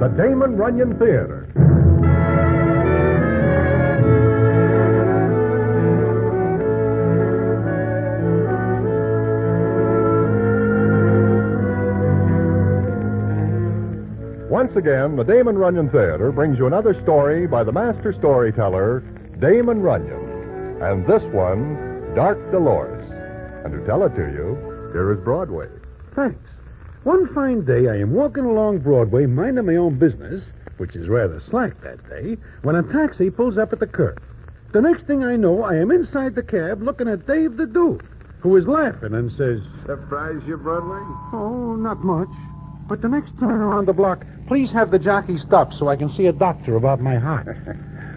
the Damon Runyon Theater. Once again, the Damon Runyon Theater brings you another story by the master storyteller, Damon Runyon. And this one, Dark Dolores. And to tell it to you, here is Broadway. Thanks. One fine day, I am walking along Broadway, minding my own business, which is rather slack that day, when a taxi pulls up at the curb. The next thing I know, I am inside the cab looking at Dave the Duke, who is laughing and says, Surprise you, Broadway? Oh, not much. But the next time around the block, please have the jockey stop so I can see a doctor about my heart.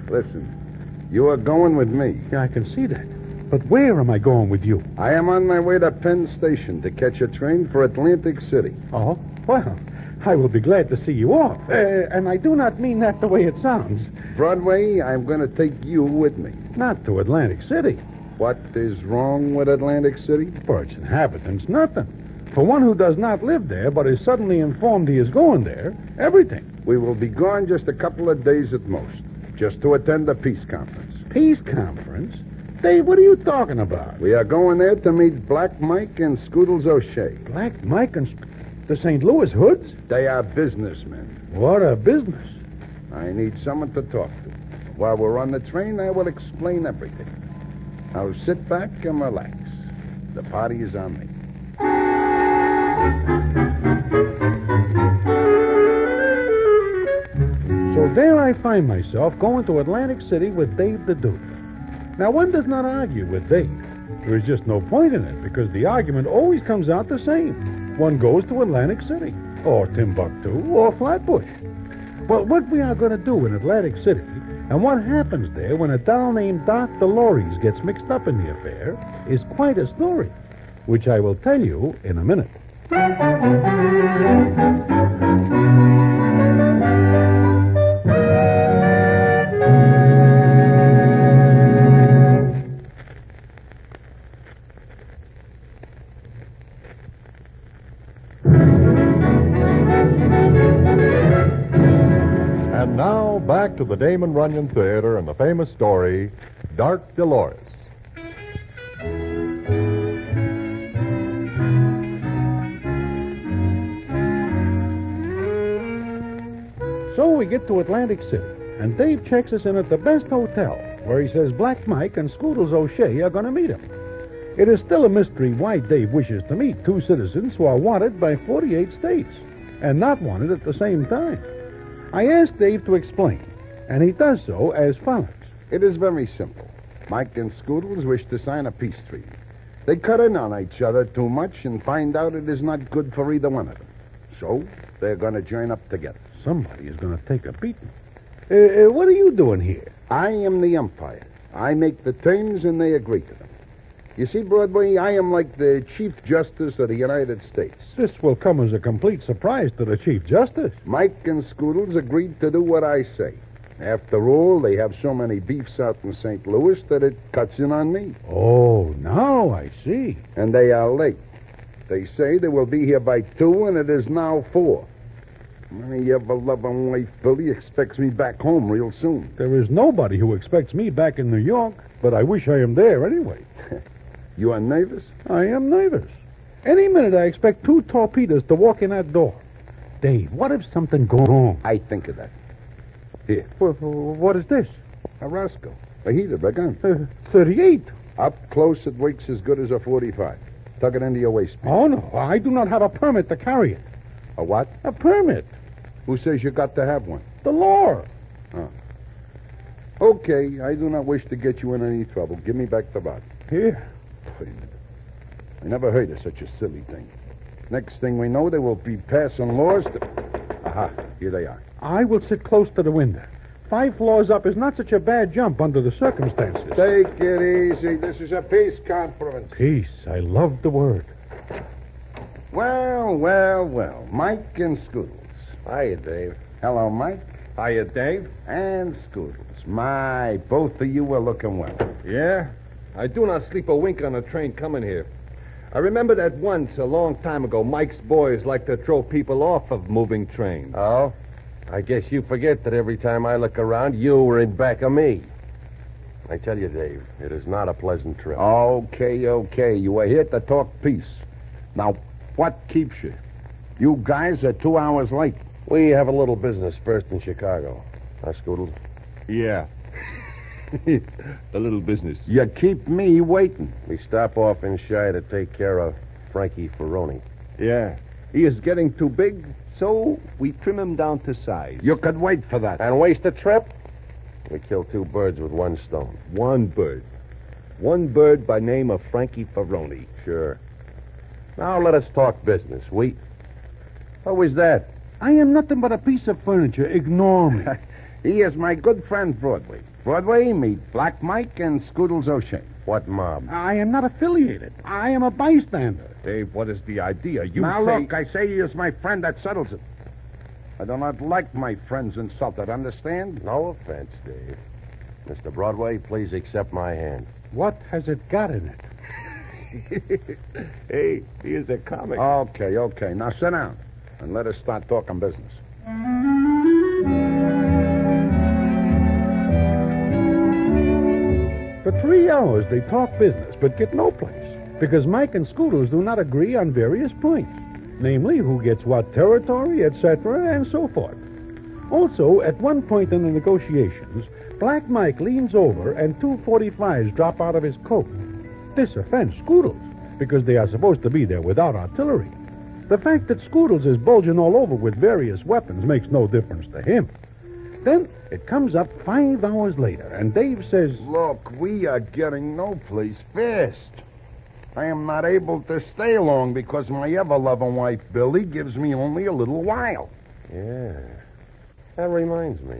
Listen, you are going with me. Yeah, I can see that. But where am I going with you? I am on my way to Penn Station to catch a train for Atlantic City. Oh, well, I will be glad to see you off. Uh, and I do not mean that the way it sounds. Broadway, I'm going to take you with me. Not to Atlantic City. What is wrong with Atlantic City? For its inhabitants, nothing. For one who does not live there, but is suddenly informed he is going there, everything. We will be gone just a couple of days at most, just to attend a peace conference. Peace conference? Dave, what are you talking about? We are going there to meet Black Mike and Scoodles O'Shea. Black Mike and Sp- the St. Louis Hoods? They are businessmen. What a business. I need someone to talk to. While we're on the train, I will explain everything. Now sit back and relax. The party is on me. So there I find myself going to Atlantic City with Dave the Duke. Now, one does not argue with Dave. There is just no point in it because the argument always comes out the same. One goes to Atlantic City, or Timbuktu, or Flatbush. Well, what we are going to do in Atlantic City, and what happens there when a doll named Doc DeLores gets mixed up in the affair, is quite a story, which I will tell you in a minute. And now, back to the Damon Runyon Theater and the famous story, Dark Dolores. So we get to Atlantic City, and Dave checks us in at the best hotel, where he says Black Mike and Scoodles O'Shea are going to meet him. It is still a mystery why Dave wishes to meet two citizens who are wanted by 48 states, and not wanted at the same time. I ask Dave to explain, and he does so as follows. It is very simple. Mike and Scoodles wish to sign a peace treaty. They cut in on each other too much and find out it is not good for either one of them. So they're going to join up together. Somebody is going to take a beating. Uh, uh, what are you doing here? I am the umpire. I make the terms and they agree to them. You see, Broadway, I am like the Chief Justice of the United States. This will come as a complete surprise to the Chief Justice. Mike and Scoodles agreed to do what I say. After all, they have so many beefs out in St. Louis that it cuts in on me. Oh, now I see. And they are late. They say they will be here by two, and it is now four. My ever-loving wife, Billy, expects me back home real soon. There is nobody who expects me back in New York, but I wish I am there anyway. You are nervous? I am nervous. Any minute I expect two torpedoes to walk in that door. Dave, what if something goes wrong? I think of that. Here, Well, what is this? a Roscoe, a heater, a gun. Uh, 38. Up close, it works as good as a 45. Tuck it into your waistband. Oh, no. I do not have a permit to carry it. A what? A permit? Who says you got to have one? The law. Okay, I do not wish to get you in any trouble. Give me back the body. Here. Wait a minute. I never heard of such a silly thing. Next thing we know, they will be passing laws to... Aha, here they are. I will sit close to the window. Five floors up is not such a bad jump under the circumstances. Take it easy. This is a peace conference. Peace. I love the word. Well, well, well. Mike and Scoodles. Hiya, Dave. Hello, Mike. Hiya, Dave. And Scoodles. My, both of you are looking well. Yeah? I do not sleep a wink on a train coming here. I remember that once, a long time ago, Mike's boys liked to throw people off of moving trains. Oh? I guess you forget that every time I look around, you were in back of me. I tell you, Dave, it is not a pleasant trip. Okay, okay. You were here to talk peace. Now, what keeps you? You guys are two hours late. We have a little business first in Chicago. Huh, Scoodle? Yeah. a little business. You keep me waiting. We stop off in Shy to take care of Frankie Ferroni. Yeah. He is getting too big, so we trim him down to size. You could wait for that. And waste a trip? We kill two birds with one stone. One bird. One bird by name of Frankie Ferroni. Sure. Now let us talk business. We. What was that? I am nothing but a piece of furniture. Ignore me. He is my good friend, Broadway. Broadway, meet Black Mike and Scoodles O'Shea. What mob? I am not affiliated. I am a bystander. Dave, what is the idea? You now, say... look, I say he is my friend. That settles it. I do not like my friends insulted, understand? No offense, Dave. Mr. Broadway, please accept my hand. What has it got in it? hey, he is a comic. Okay, okay. Now sit down and let us start talking business. For three hours they talk business, but get no place. Because Mike and Scooters do not agree on various points, namely who gets what territory, etc., and so forth. Also, at one point in the negotiations, Black Mike leans over and two 45s drop out of his coat. This offends Scootles, because they are supposed to be there without artillery. The fact that Scootles is bulging all over with various weapons makes no difference to him. Then it comes up five hours later, and Dave says, Look, we are getting no place fast. I am not able to stay long because my ever loving wife, Billy, gives me only a little while. Yeah. That reminds me.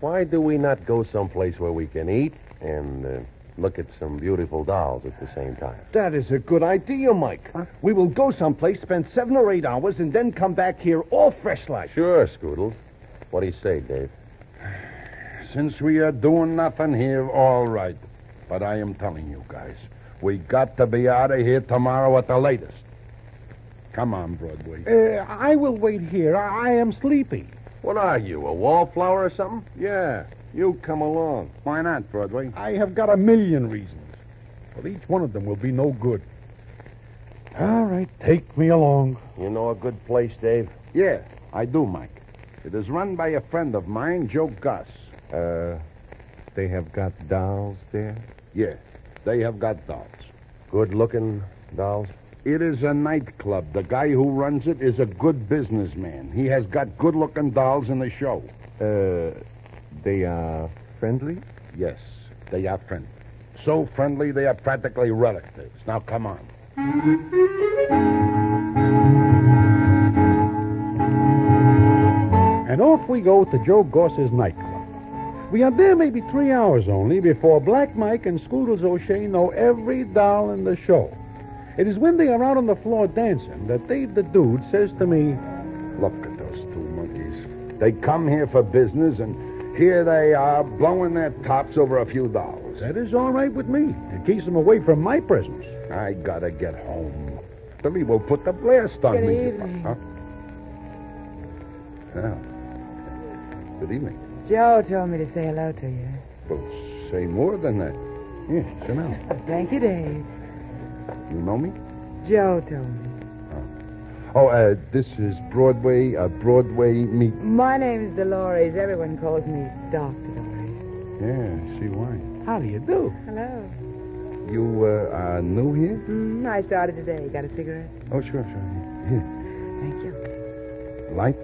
Why do we not go someplace where we can eat and uh, look at some beautiful dolls at the same time? That is a good idea, Mike. We will go someplace, spend seven or eight hours, and then come back here all fresh like. Sure, Scoodles. What do you say, Dave? Since we are doing nothing here, all right. But I am telling you guys, we got to be out of here tomorrow at the latest. Come on, Broadway. uh, I will wait here. I, I am sleepy. What are you, a wallflower or something? Yeah. You come along. Why not, Broadway? I have got a million reasons, but each one of them will be no good. All right, take me along. You know a good place, Dave? Yeah, I do, Mike. It is run by a friend of mine, Joe Gus. Uh, they have got dolls there? Yeah, they have got dolls. Good looking dolls? It is a nightclub. The guy who runs it is a good businessman. He has got good looking dolls in the show. Uh, they are friendly? Yes, they are friendly. So friendly, they are practically relatives. Now, come on. And off we go to Joe Gorse's nightclub. We are there maybe three hours only before Black Mike and Scoodles O'Shea know every doll in the show. It is when they are out on the floor dancing that Dave the Dude says to me, Look at those two monkeys. They come here for business, and here they are blowing their tops over a few dollars. That is all right with me. It keeps them away from my presence. I gotta get home. Billy will put the blast on me. Huh? Yeah. Good evening. Joe told me to say hello to you. Well, say more than that. Yeah, sit down. Thank you, Dave. You know me? Joe told me. Oh, uh, this is Broadway, uh, Broadway meet. My name's Dolores. Everyone calls me Dr. Dolores. Yeah, see why. How do you do? Hello. You, uh, are new here? Mm, I started today. Got a cigarette? Oh, sure, sure. Here. Thank you. Light?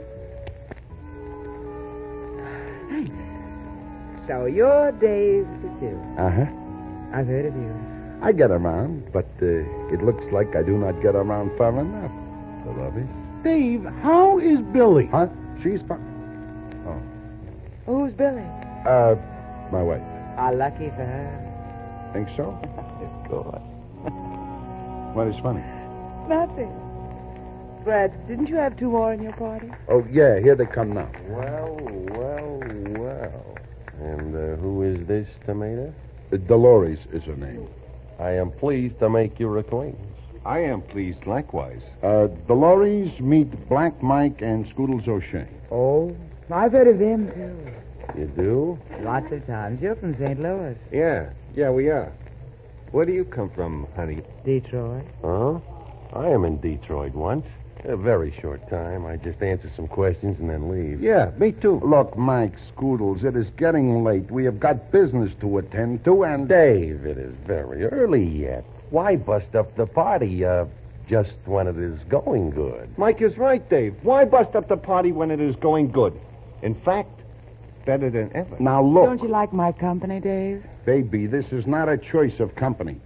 So you're Dave the Jew. Uh huh. I've heard of you. I get around, but uh, it looks like I do not get around far enough. The lobby? Dave, how is Billy? Huh? She's fi- Who's Billy? uh, my wife. Ah, lucky for her. Think so? God. What is funny? Nothing. Brad, didn't you have two more in your party? Oh yeah, here they come now. Well, well, well. And uh, who is this tomato? Uh, Dolores is her name. I am pleased to make your acquaintance. I am pleased likewise. Uh, Dolores meet Black Mike and Scoodles O'Shea. Oh, I've heard of him, too. You do? Lots of times. You're from St. Louis. Yeah. Yeah, we are. Where do you come from, honey? Detroit. Huh? I am in Detroit once. A very short time. I just answer some questions and then leave. Yeah, me too. Look, Mike Scoodles, it is getting late. We have got business to attend to, and. Dave, it is very early yet. Why bust up the party, uh, just when it is going good? Mike is right, Dave. Why bust up the party when it is going good? In fact, better than ever. Now, look. Don't you like my company, Dave? Baby, this is not a choice of company.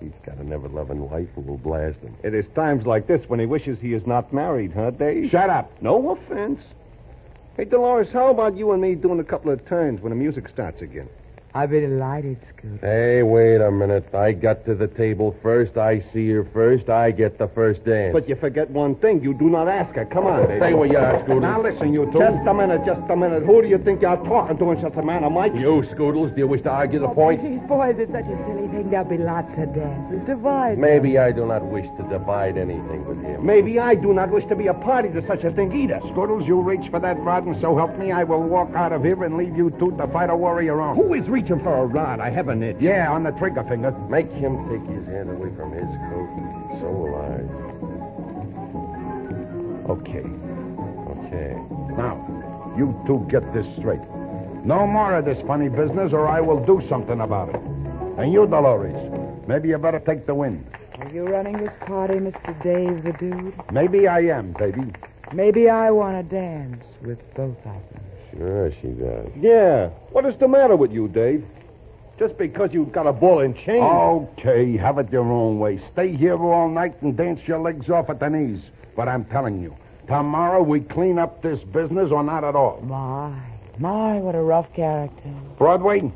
He's got an ever-loving wife who will blast him. It is times like this when he wishes he is not married, huh, Dave? Shut up. No offense. Hey, Dolores, how about you and me doing a couple of turns when the music starts again? I'd be delighted, Scoot. Hey, wait a minute. I got to the table first. I see her first. I get the first dance. But you forget one thing. You do not ask her. Come on, Dave. Stay where you are, Scoodles. Now listen, you two. Just a minute, just a minute. Who do you think you're talking to in such a manner, Mike? You, Scoodles, do you wish to argue the point? These boys, it's such a silly thing. There'll be lots of dances. Divide. Maybe I do not wish to divide anything with him. Maybe I do not wish to be a party to such a thing either. Scoodles, you reach for that rod, and so help me, I will walk out of here and leave you two to fight a warrior on. Who is reaching for a rod? I have an itch. Yeah, on the trigger finger. Make him take his hand away from his coat. So will I. Okay. Okay. Now, you two get this straight. No more of this funny business, or I will do something about it. And you, Dolores, maybe you better take the wind. Are you running this party, Mr. Dave the Dude? Maybe I am, baby. Maybe I want to dance with both of them. Sure, she does. Yeah. What is the matter with you, Dave? Just because you've got a ball and chain. Oh, Okay, have it your own way. Stay here all night and dance your legs off at the knees. But I'm telling you, tomorrow we clean up this business or not at all. My, my, what a rough character. Broadway,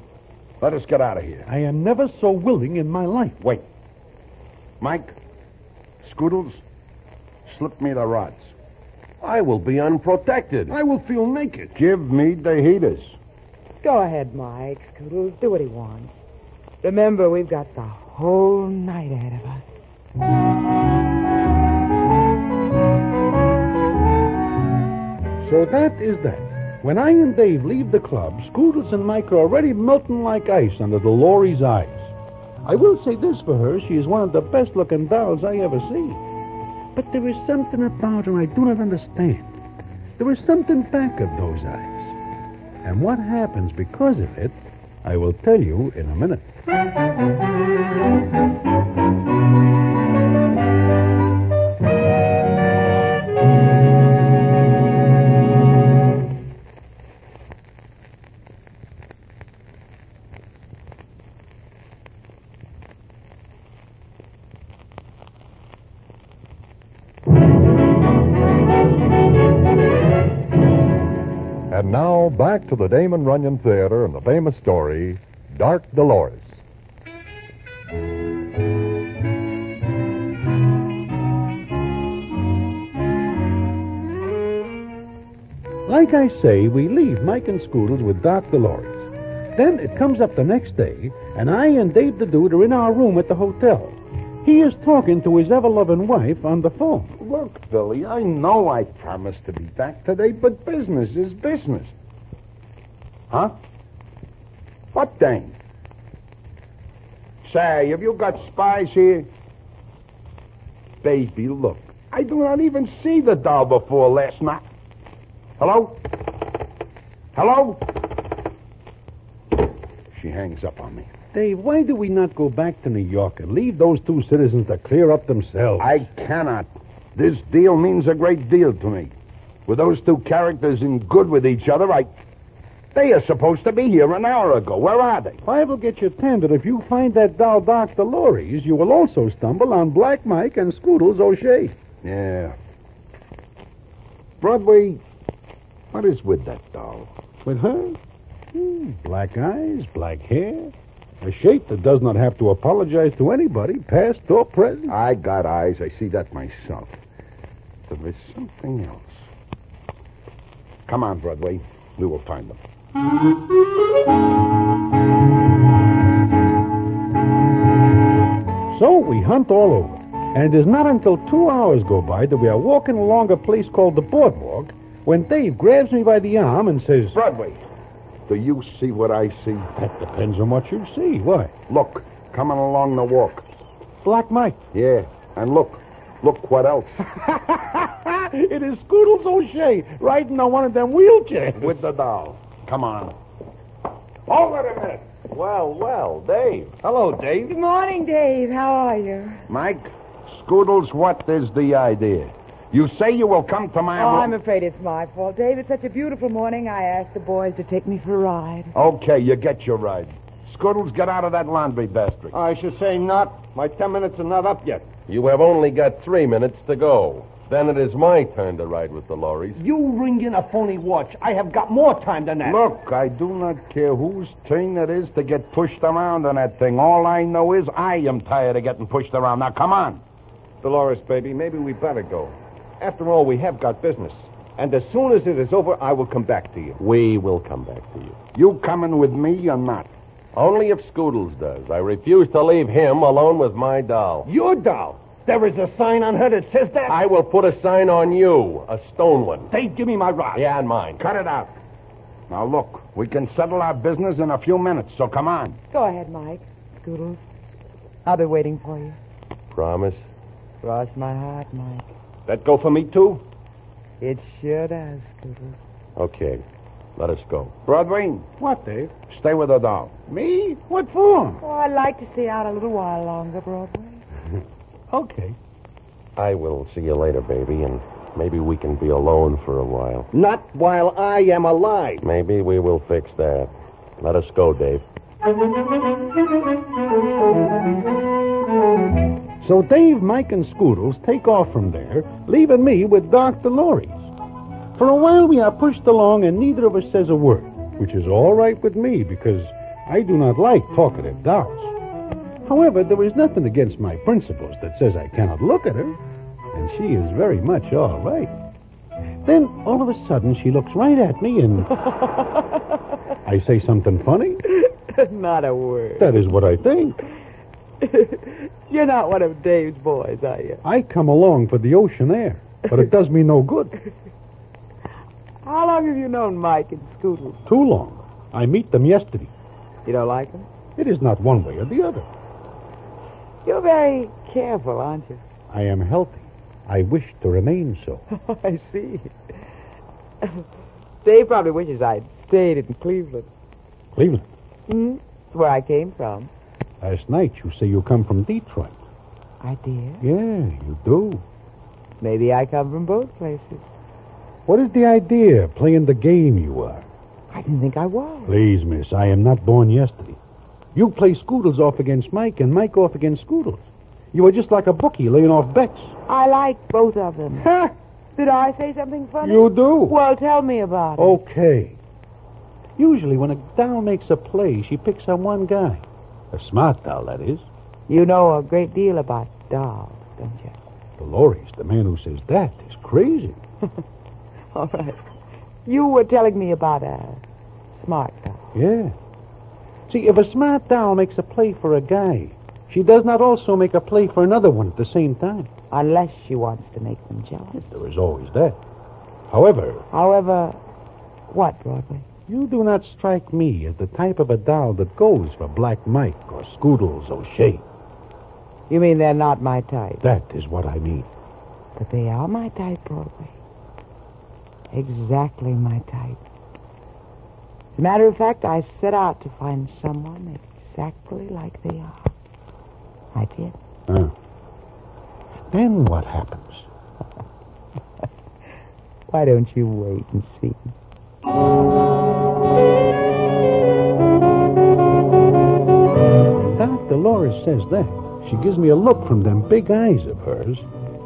let us get out of here. I am never so willing in my life. Wait. Mike, Scoodles, slip me the rods. I will be unprotected. I will feel naked. Give me the heaters. Go ahead, Mike. Scoodles, do what he wants. Remember, we've got the whole night ahead of us. So that is that. When I and Dave leave the club, Scoodles and Mike are already melting like ice under the Lorry's eyes. I will say this for her, she is one of the best looking dolls I ever see. But there is something about her I do not understand. There is something back of those eyes. And what happens because of it, I will tell you in a minute. And now, back to the Damon Runyon Theater and the famous story, Dark Dolores. Like I say, we leave Mike and Scoodles with Doc Dolores. Then it comes up the next day, and I and Dave the Dude are in our room at the hotel. He is talking to his ever loving wife on the phone. Look, Billy, I know I promised to be back today, but business is business. Huh? What thing? Say, have you got spies here? Baby, look. I do not even see the doll before last night. Hello? Hello? She hangs up on me. Dave, why do we not go back to New York and leave those two citizens to clear up themselves? I cannot. This deal means a great deal to me. With those two characters in good with each other, I. They are supposed to be here an hour ago. Where are they? I will get you tended. If you find that doll Doc Delores, you will also stumble on Black Mike and Scoodles O'Shea. Yeah. Broadway, what is with that doll? With her? Hmm, black eyes, black hair. A shape that does not have to apologize to anybody, past or present. I got eyes. I see that myself. There is something else. Come on, Broadway. We will find them. So we hunt all over. And it is not until two hours go by that we are walking along a place called the Boardwalk when Dave grabs me by the arm and says, Broadway, do you see what I see? That depends on what you see. Why? Look, coming along the walk. Black Mike. Yeah, and look. Look what else. it is Scoodles O'Shea riding on one of them wheelchairs. With the doll. Come on. Over a minute. Well, well, Dave. Hello, Dave. Good morning, Dave. How are you? Mike, Scoodles, what is the idea? You say you will come to my Oh, I'm room. afraid it's my fault. Dave, it's such a beautiful morning. I asked the boys to take me for a ride. Okay, you get your ride. Scoodles, get out of that laundry basket. I should say not. My ten minutes are not up yet. You have only got three minutes to go. Then it is my turn to ride with the lorries. You ring in a phony watch. I have got more time than that. Look, I do not care whose turn it is to get pushed around on that thing. All I know is I am tired of getting pushed around. Now, come on. Dolores, baby, maybe we better go. After all, we have got business. And as soon as it is over, I will come back to you. We will come back to you. You coming with me or not? Only if Scoodles does. I refuse to leave him alone with my doll. Your doll. There is a sign on her that says Ah, that. I will put a sign on you, a stone one. Dave, give me my rod. Yeah, and mine. Cut it out. Now, look, we can settle our business in a few minutes, so come on. Go ahead, Mike. Scoodles. I'll be waiting for you. Promise? Cross my heart, Mike. That go for me, too? It sure does, Scoodles. Okay. Let us go. Broadway, What, Dave? stay with the doll. Me? What for? Oh, I'd like to stay out a little while longer, Broadway. Okay. I will see you later, baby, and maybe we can be alone for a while. Not while I am alive. Maybe we will fix that. Let us go, Dave. So Dave, Mike, and Scoodles take off from there, leaving me with Dr. Lorries. For a while we are pushed along and neither of us says a word, which is all right with me because I do not like talkative dolls. However, there is nothing against my principles that says I cannot look at her, and she is very much all right. Then all of a sudden she looks right at me and I say something funny. not a word. That is what I think. You're not one of Dave's boys, are you? I come along for the ocean air, but it does me no good. How long have you known Mike and Scoodles? Too long. I meet them yesterday. You don't like them? It is not one way or the other. You're very careful, aren't you? I am healthy. I wish to remain so. I see. Dave probably wishes I'd stayed in Cleveland. Cleveland, Hmm? It's where I came from. last night you say you come from Detroit. I did. Yeah, you do. Maybe I come from both places. What is the idea, playing the game you are? I didn't think I was. Please, miss, I am not born yesterday. You play Scoodles off against Mike and Mike off against Scoodles. You are just like a bookie laying off bets. I like both of them. Ha! Did I say something funny? You do. Well, tell me about it. Okay. Usually when a doll makes a play, she picks on one guy. A smart doll, that is. You know a great deal about dolls, don't you? Dolores, the man who says that, is crazy. All right. You were telling me about a smart doll. Yeah. See, if a smart doll makes a play for a guy, she does not also make a play for another one at the same time. Unless she wants to make them jealous. There is always that. However, However, what, Broadway? you do not strike me as the type of a doll that goes for Black Mike or Scoodles O'Shea. You mean they're not my type? That is what I mean. But they are my type, Broadway. Exactly my type. As a matter of fact, I set out to find someone exactly like they are. I did. Huh. Then what happens? Why don't you wait and see? Doc Dolores says that. She gives me a look from them big eyes of hers,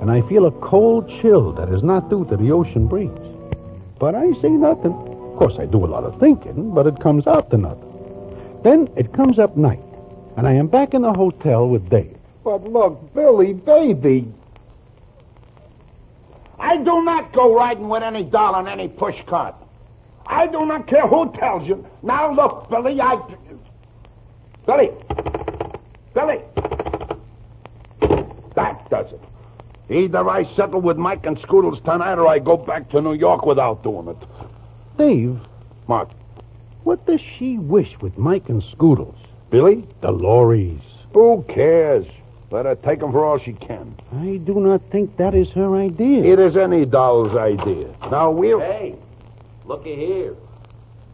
and I feel a cold chill that is not due to the ocean breeze. But I say nothing. Of course, I do a lot of thinking, but it comes out to nothing. Then it comes up night, and I am back in the hotel with Dave. But look, Billy, baby. I do not go riding with any doll on any push cart. I do not care who tells you. Now look, Billy, I. Billy! Billy! That does it. Either I settle with Mike and Scoodles tonight, or I go back to New York without doing it. Dave, Mark, what does she wish with Mike and Scoodles? Billy, The lorries. who cares? Let her take him for all she can. I do not think that is her idea. It is any doll's idea. Now we're. Hey, looky here.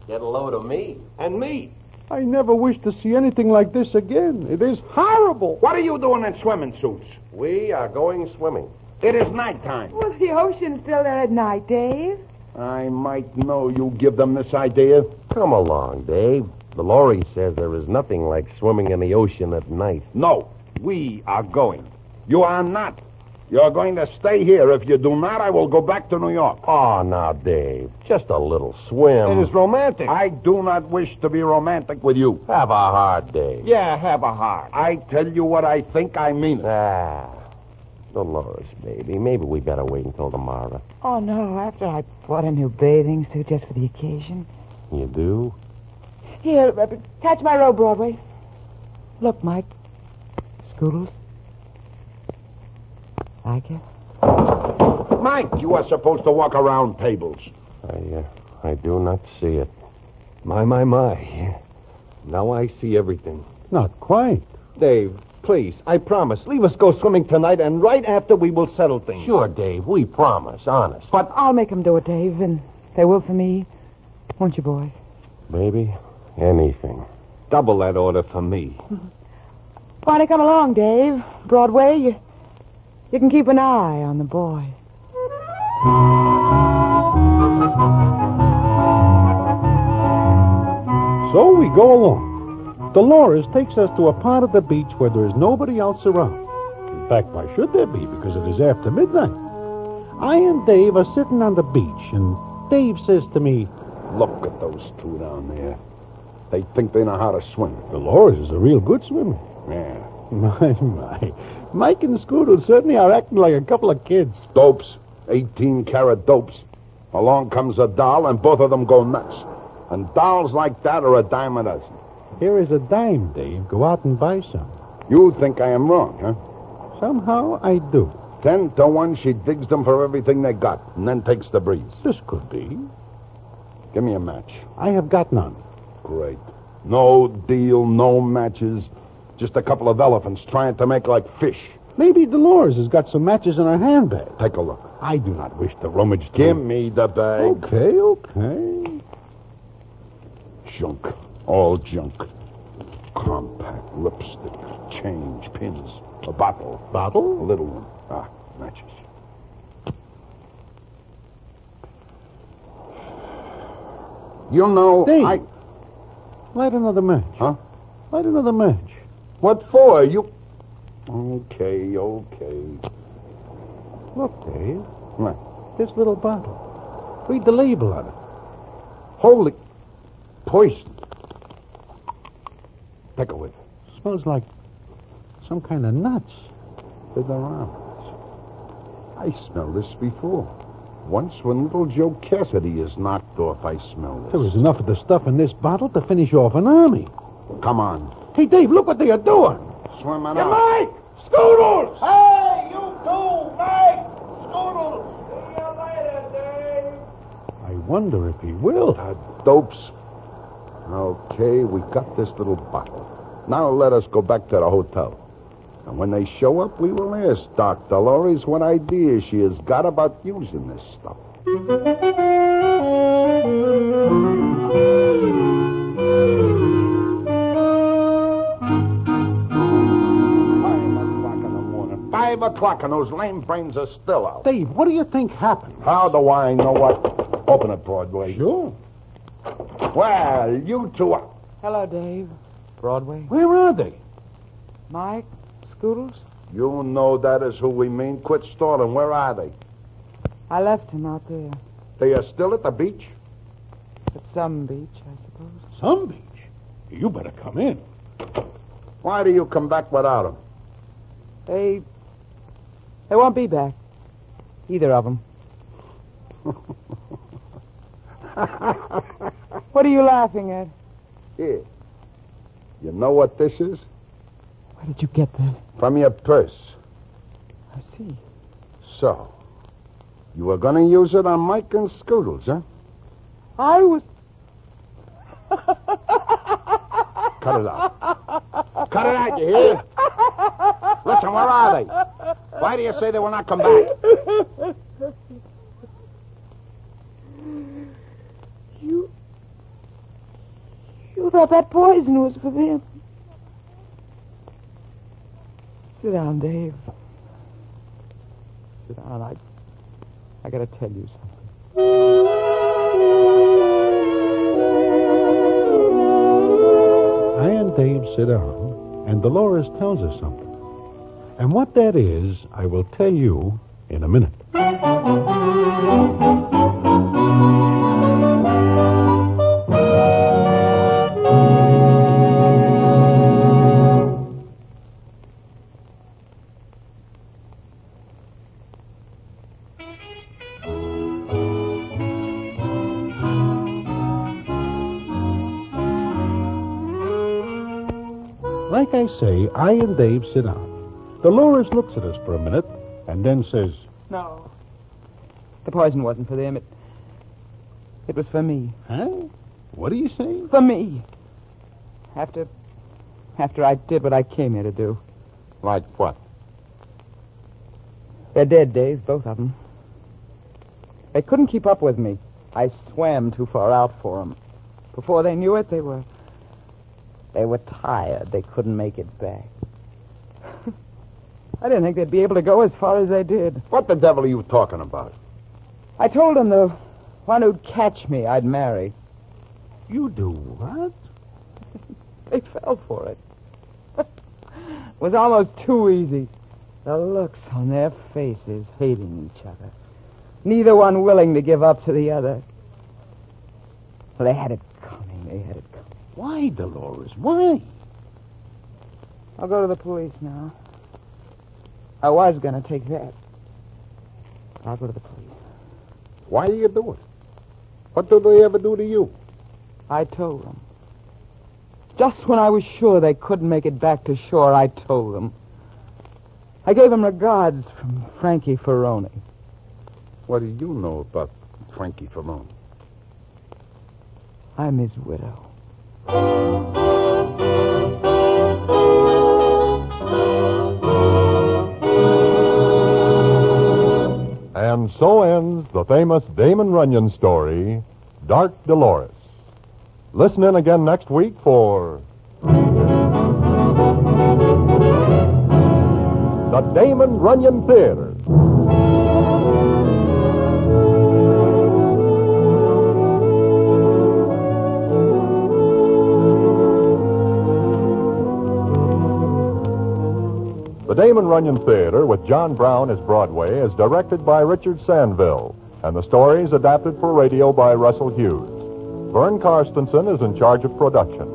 Get a load of me. And me. I never wish to see anything like this again. It is horrible. What are you doing in swimming suits? We are going swimming. It is nighttime. Well, the ocean's still there at night, Dave. I might know you give them this idea. Come along, Dave. The lorry says there is nothing like swimming in the ocean at night. No, we are going. You are not. You're going to stay here. If you do not, I will go back to New York. Oh, now, Dave, just a little swim. romantic. I do not wish to be romantic with you. Have a hard day. Yeah, have a heart. I tell you what I think, I mean it. Ah, Dolores, baby, maybe we better wait until tomorrow. Oh, no, after I bought a new bathing suit just for the occasion. You do? Here, uh, catch my robe, Broadway. Look, Mike. Scoodles. Like it? Mike, you are supposed to walk around tables. I, uh, I do not see it. My, my, my. Now I see everything. Not quite. Dave, please, I promise. Leave us go swimming tonight, and right after we will settle things. Sure, Dave, we promise, honest. But I'll make 'em do it, Dave, and they will for me. Won't you, boy? Baby, anything. Double that order for me. Why don't you come along, Dave? Broadway, you, you can keep an eye on the boy. So we go along. Dolores takes us to a part of the beach where there is nobody else around. In fact, why should there be? Because it is after midnight. I and Dave are sitting on the beach, and Dave says to me, Look at those two down there. They think they know how to swim. Dolores is a real good swimmer. Yeah. My, my. Mike and Scoodle certainly are acting like a couple of kids. Dopes. 18 carat dopes. Along comes a doll, and both of them go nuts. And dolls like that are a dime a dozen. Here is a dime, Dave. Go out and buy some. You think I am wrong, huh? Somehow I do. Ten to one, she digs them for everything they got, and then takes the breeze. This could be. Give me a match. I have got none. Great. No deal, no matches. Just a couple of elephants trying to make like fish. Maybe Dolores has got some matches in her handbag. Take a look. I do not wish to rummage Give through- me the bag. Okay, okay. Junk. All junk. Compact, lipstick, change, pins, a bottle. A Bottle? little one. Ah, matches. You know, Dave. I. Light another match. Huh? Light another match. What for? You. Okay, okay. Look, Dave. What? This little bottle. Read the label on it. Holy. Poison. Pick it with. Smells like some kind of nuts. With their arms. I smelled this before. Once when little Joe Cassidy is knocked off, I smelled There this. was enough of the stuff in this bottle to finish off an army. Come on. Hey, Dave, look what they are doing. Swim it out. Mike! Scoodles! Hey, you two, Mike, Scoodles. See you later, Dave. I wonder if he will. Uh, dopes. Okay, we got this little bottle. Now let us go back to the hotel. And when they show up, we will ask Dr. Lorries what idea she has got about using this stuff. Five o'clock in the morning. Five o'clock, and those lame brains are still out. Dave, what do you think happened? How do I know what? Open it, Broadway. Sure. Well, you two are. Hello, Dave. Broadway. Where are they? Mike, Scoodles. You know that is who we mean. Quit stalling. Where are they? I left him out there They are still at the beach? at some beach, I suppose. Some beach. You better come in. Why do you come back without them? They, they won't be back. Either of 'em. what are you laughing at? Here. You know what this is? Where did you get that? From your purse. I see. so. You were going to use it on Mike and Scoodles, huh? I was. Cut it out. Cut it out, you hear? Listen, where are they? Why do you say they will not come back? You. You thought that poison was for them. Sit down, Dave. Sit down. I. I gotta tell you something. I and Dave sit down, and Dolores tells us something. And what that is, I will tell you in a minute. Like I say, I and Dave sit down. Dolores looks at us for a minute and then says, No. The poison wasn't for them. It. It was for me. Huh? What do you say? For me. After. After I did what I came here to do. Like what? They're dead, Dave, both of them. They couldn't keep up with me. I swam too far out for them. Before they knew it, they were. They were tired. They couldn't make it back. I didn't think they'd be able to go as far as they did. What the devil are you talking about? I told them the one who'd catch me, I'd marry. You do what? They fell for it. it was almost too easy. The looks on their faces, hating each other. Neither one willing to give up to the other. Well, they had it coming. They had it coming. Why, Dolores? Why? I'll go to the police now. I was going to take that. I'll go to the police. Why do you do it? What do they ever do to you? I told them. Just when I was sure they couldn't make it back to shore, I told them. I gave them regards from Frankie Ferroni. What do you know about Frankie Ferrone? I'm his widow. And so ends the famous Damon Runyon story, Dark Dolores. Listen in again next week for. The Damon Runyon Theater. The Damon Runyon Theater with John Brown as Broadway is directed by Richard Sandville, and the story is adapted for radio by Russell Hughes. Vern Karstensen is in charge of production.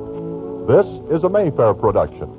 This is a Mayfair production.